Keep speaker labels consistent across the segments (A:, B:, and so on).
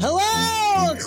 A: Hello,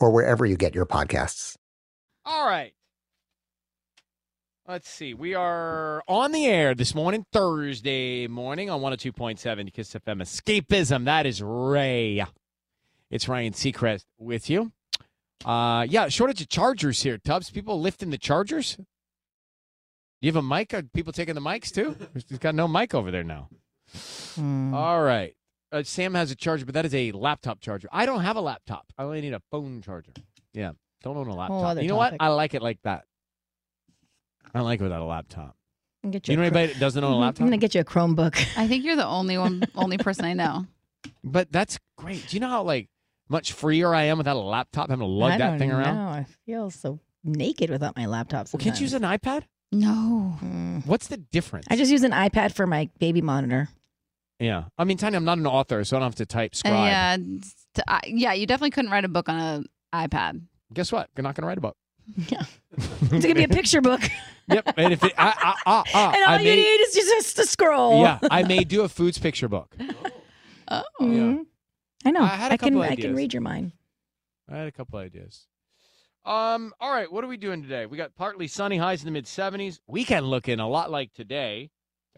B: or wherever you get your podcasts.
C: All right. Let's see. We are on the air this morning, Thursday morning on 102.7 Kiss FM Escapism. That is Ray. It's Ryan Seacrest with you. Uh yeah, shortage of chargers here, Tubbs. People lifting the chargers. You have a mic? Are people taking the mics too? He's got no mic over there now. Mm. All right. Uh, Sam has a charger, but that is a laptop charger. I don't have a laptop. I only need a phone charger. Yeah, don't own a laptop. You know topic. what? I like it like that. I like it without a laptop. You, you, know a, anybody that doesn't own a laptop?
D: I'm gonna get you a Chromebook.
E: I think you're the only one, only person I know.
C: But that's great. Do you know how like much freer I am without a laptop? Having to lug
D: I
C: that thing
D: know.
C: around.
D: I feel so naked without my laptop. Sometimes. Hmm.
C: Well, can't you use an iPad?
E: No.
C: Mm. What's the difference?
D: I just use an iPad for my baby monitor.
C: Yeah. I mean, Tiny, I'm not an author, so I don't have to type scribe. Uh,
E: yeah. To, uh, yeah, you definitely couldn't write a book on an iPad.
C: Guess what? You're not going to write a book.
D: Yeah. it's going to be a picture book.
C: yep. And if it, I, I, I,
D: and all you may, need is just a scroll.
C: Yeah. I may do a foods picture book.
D: oh. Yeah. I know. I, I can, I can read your mind.
C: I had a couple ideas. Um, all right, what are we doing today? We got partly sunny highs in the mid 70s. Weekend looking a lot like today.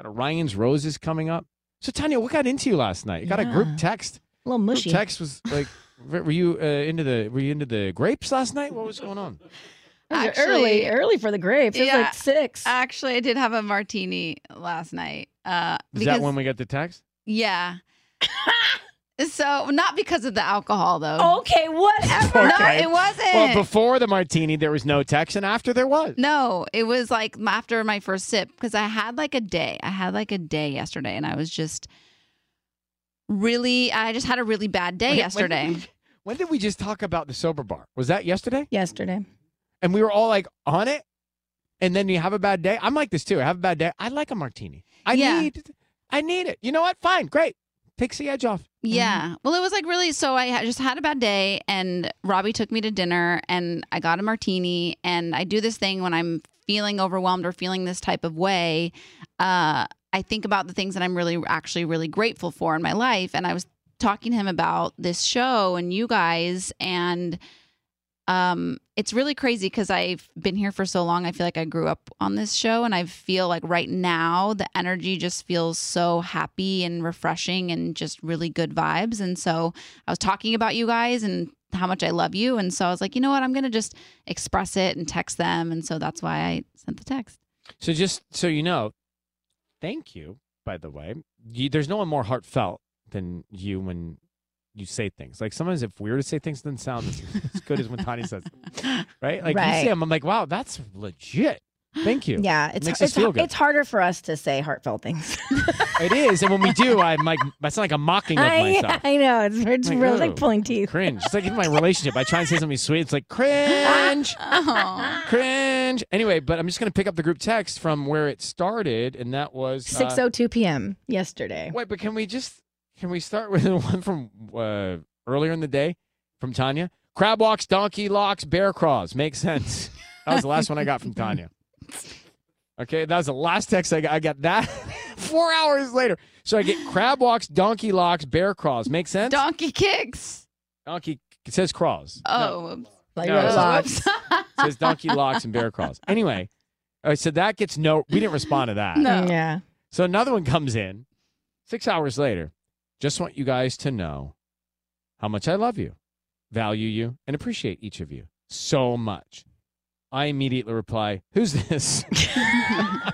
C: Got Orion's Roses coming up. So Tanya, what got into you last night? You got yeah. a group text.
D: A little mushy.
C: Group text was like, were you uh, into the were you into the grapes last night? What was going on?
D: Actually, early, early for the grapes. It was yeah, like six.
E: Actually, I did have a martini last night. Uh,
C: Is because, that when we got the text?
E: Yeah. so not because of the alcohol though.
D: Okay, whatever.
E: okay. No, it wasn't.
D: Eh.
C: Well, before the martini, there was no text, and after there was.
E: No, it was like after my first sip because I had like a day. I had like a day yesterday, and I was just really. I just had a really bad day when, yesterday.
C: When did, we, when did we just talk about the sober bar? Was that yesterday?
D: Yesterday.
C: And we were all like on it, and then you have a bad day. I'm like this too. I have a bad day. I like a martini. I yeah. need. I need it. You know what? Fine. Great takes the edge off.
F: Mm-hmm.
E: Yeah. Well, it was like really. So I just had a bad day, and Robbie took me to dinner, and I got a martini. And I do this thing when I'm feeling overwhelmed or feeling this type of way. Uh, I think about the things that I'm really, actually, really grateful for in my life. And I was talking to him about this show and you guys, and um, it's really crazy because I've been here for so long. I feel like I grew up on this show, and I feel like right now the energy just feels so happy and refreshing and just really good vibes. And so I was talking about you guys and how much I love you. And so I was like, you know what? I'm going to just express it and text them. And so that's why I sent the text.
C: So, just so you know, thank you, by the way. You, there's no one more heartfelt than you when you say things. Like sometimes if we were to say things, it doesn't sound as, as good as when Tani says, them. right? Like you
F: Right.
C: say them, I'm like, wow, that's legit. Thank you.
F: Yeah, it's
C: makes
F: it's,
C: us feel good.
F: it's harder for us to say heartfelt things.
C: It is, and when we do, I'm like, that's like a mocking of myself. Uh,
F: I, I know it's, it's
C: Like,
F: really
C: "Ooh,
F: like pulling teeth.
C: Cringe. It's like in my relationship, I try and say something sweet. It's like cringe, cringe. Anyway, but I'm just gonna pick up the group text from where it started, and that was uh,
F: Six oh two p.m. yesterday.
C: Wait, but can we just can we start with the one from uh, earlier in the day from Tanya? Crab walks, donkey locks, bear craws. Makes sense. That was the last one I got from Tanya. Okay, that was the last text I got. I got that four hours later. So I get crab walks, donkey locks, bear craws. Makes sense.
E: Donkey kicks.
C: Donkey it says craws.
E: Oh, oops.
C: Like No, it's- It says donkey locks and bear craws. Anyway, all right, so that gets no. We didn't respond to that.
F: No. Yeah.
C: So another one comes in six hours later. Just want you guys to know how much I love you, value you, and appreciate each of you so much. I immediately reply, Who's this?
E: I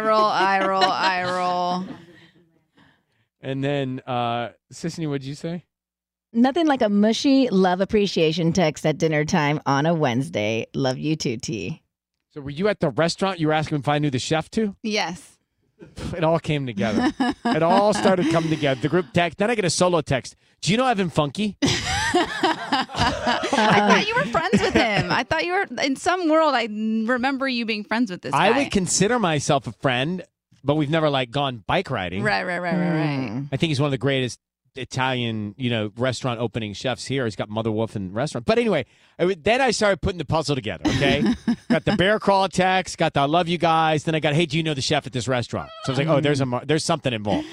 E: roll, I roll, I roll.
C: and then, uh, Sissany, what'd you say?
F: Nothing like a mushy love appreciation text at dinner time on a Wednesday. Love you too, T.
C: So, were you at the restaurant? You were asking if I knew the chef too?
E: Yes.
C: It all came together. it all started coming together. The group text. Then I get a solo text. Do you know Evan Funky?
E: I thought you were friends with him. I thought you were in some world. I remember you being friends with this guy.
C: I would consider myself a friend, but we've never like gone bike riding.
E: right, right, right,
C: Mm.
E: right, right.
C: I think he's one of the greatest Italian, you know, restaurant opening chefs here. He's got Mother Wolf and restaurant. But anyway, I would- then I started putting the puzzle together. Okay, got the bear crawl text, got the I love you guys. Then I got hey, do you know the chef at this restaurant? So I was like, oh, there's a mar- there's something involved.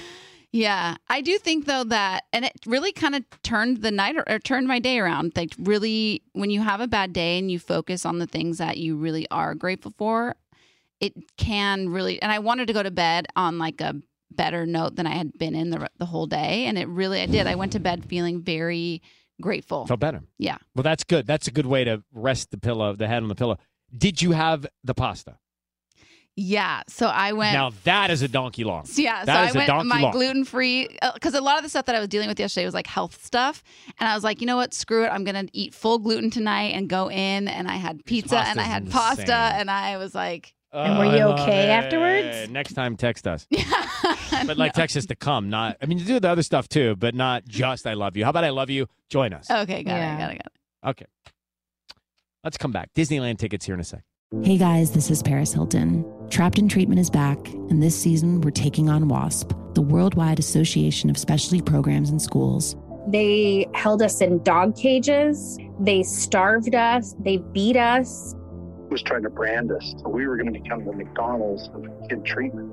E: Yeah, I do think though that, and it really kind of turned the night or, or turned my day around. Like, really, when you have a bad day and you focus on the things that you really are grateful for, it can really. And I wanted to go to bed on like a better note than I had been in the re- the whole day, and it really, I did. I went to bed feeling very grateful.
C: Felt better.
E: Yeah.
C: Well, that's good. That's a good way to rest the pillow, the head on the pillow. Did you have the pasta?
E: Yeah. So I went.
C: Now that is a donkey long.
E: So, yeah,
C: That is
E: so I
C: a
E: went
C: donkey
E: my
C: long.
E: gluten free because uh, a lot of the stuff that I was dealing with yesterday was like health stuff, and I was like, you know what, screw it, I'm gonna eat full gluten tonight and go in, and I had pizza and I
C: pasta's
E: had
C: insane.
E: pasta, and I was like,
C: Oh, I love it. Next time, text us. but like, text us to come. Not, I mean, you do the other stuff too, but not just "I love you." How about "I love you"? Join us.
E: Okay, got it, got it, got it.
C: Okay. Let's come back. Disneyland tickets here in a sec.
G: Hey guys, this is Paris Hilton. Trapped in Treatment is back, and this season we're taking on WASP, the Worldwide Association of Specialty Programs and Schools.
H: They held us in dog cages. They starved us. They beat us.
I: was trying to brand us. So we were going to become the McDonald's of kid treatment.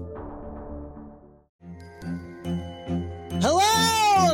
A: Hello,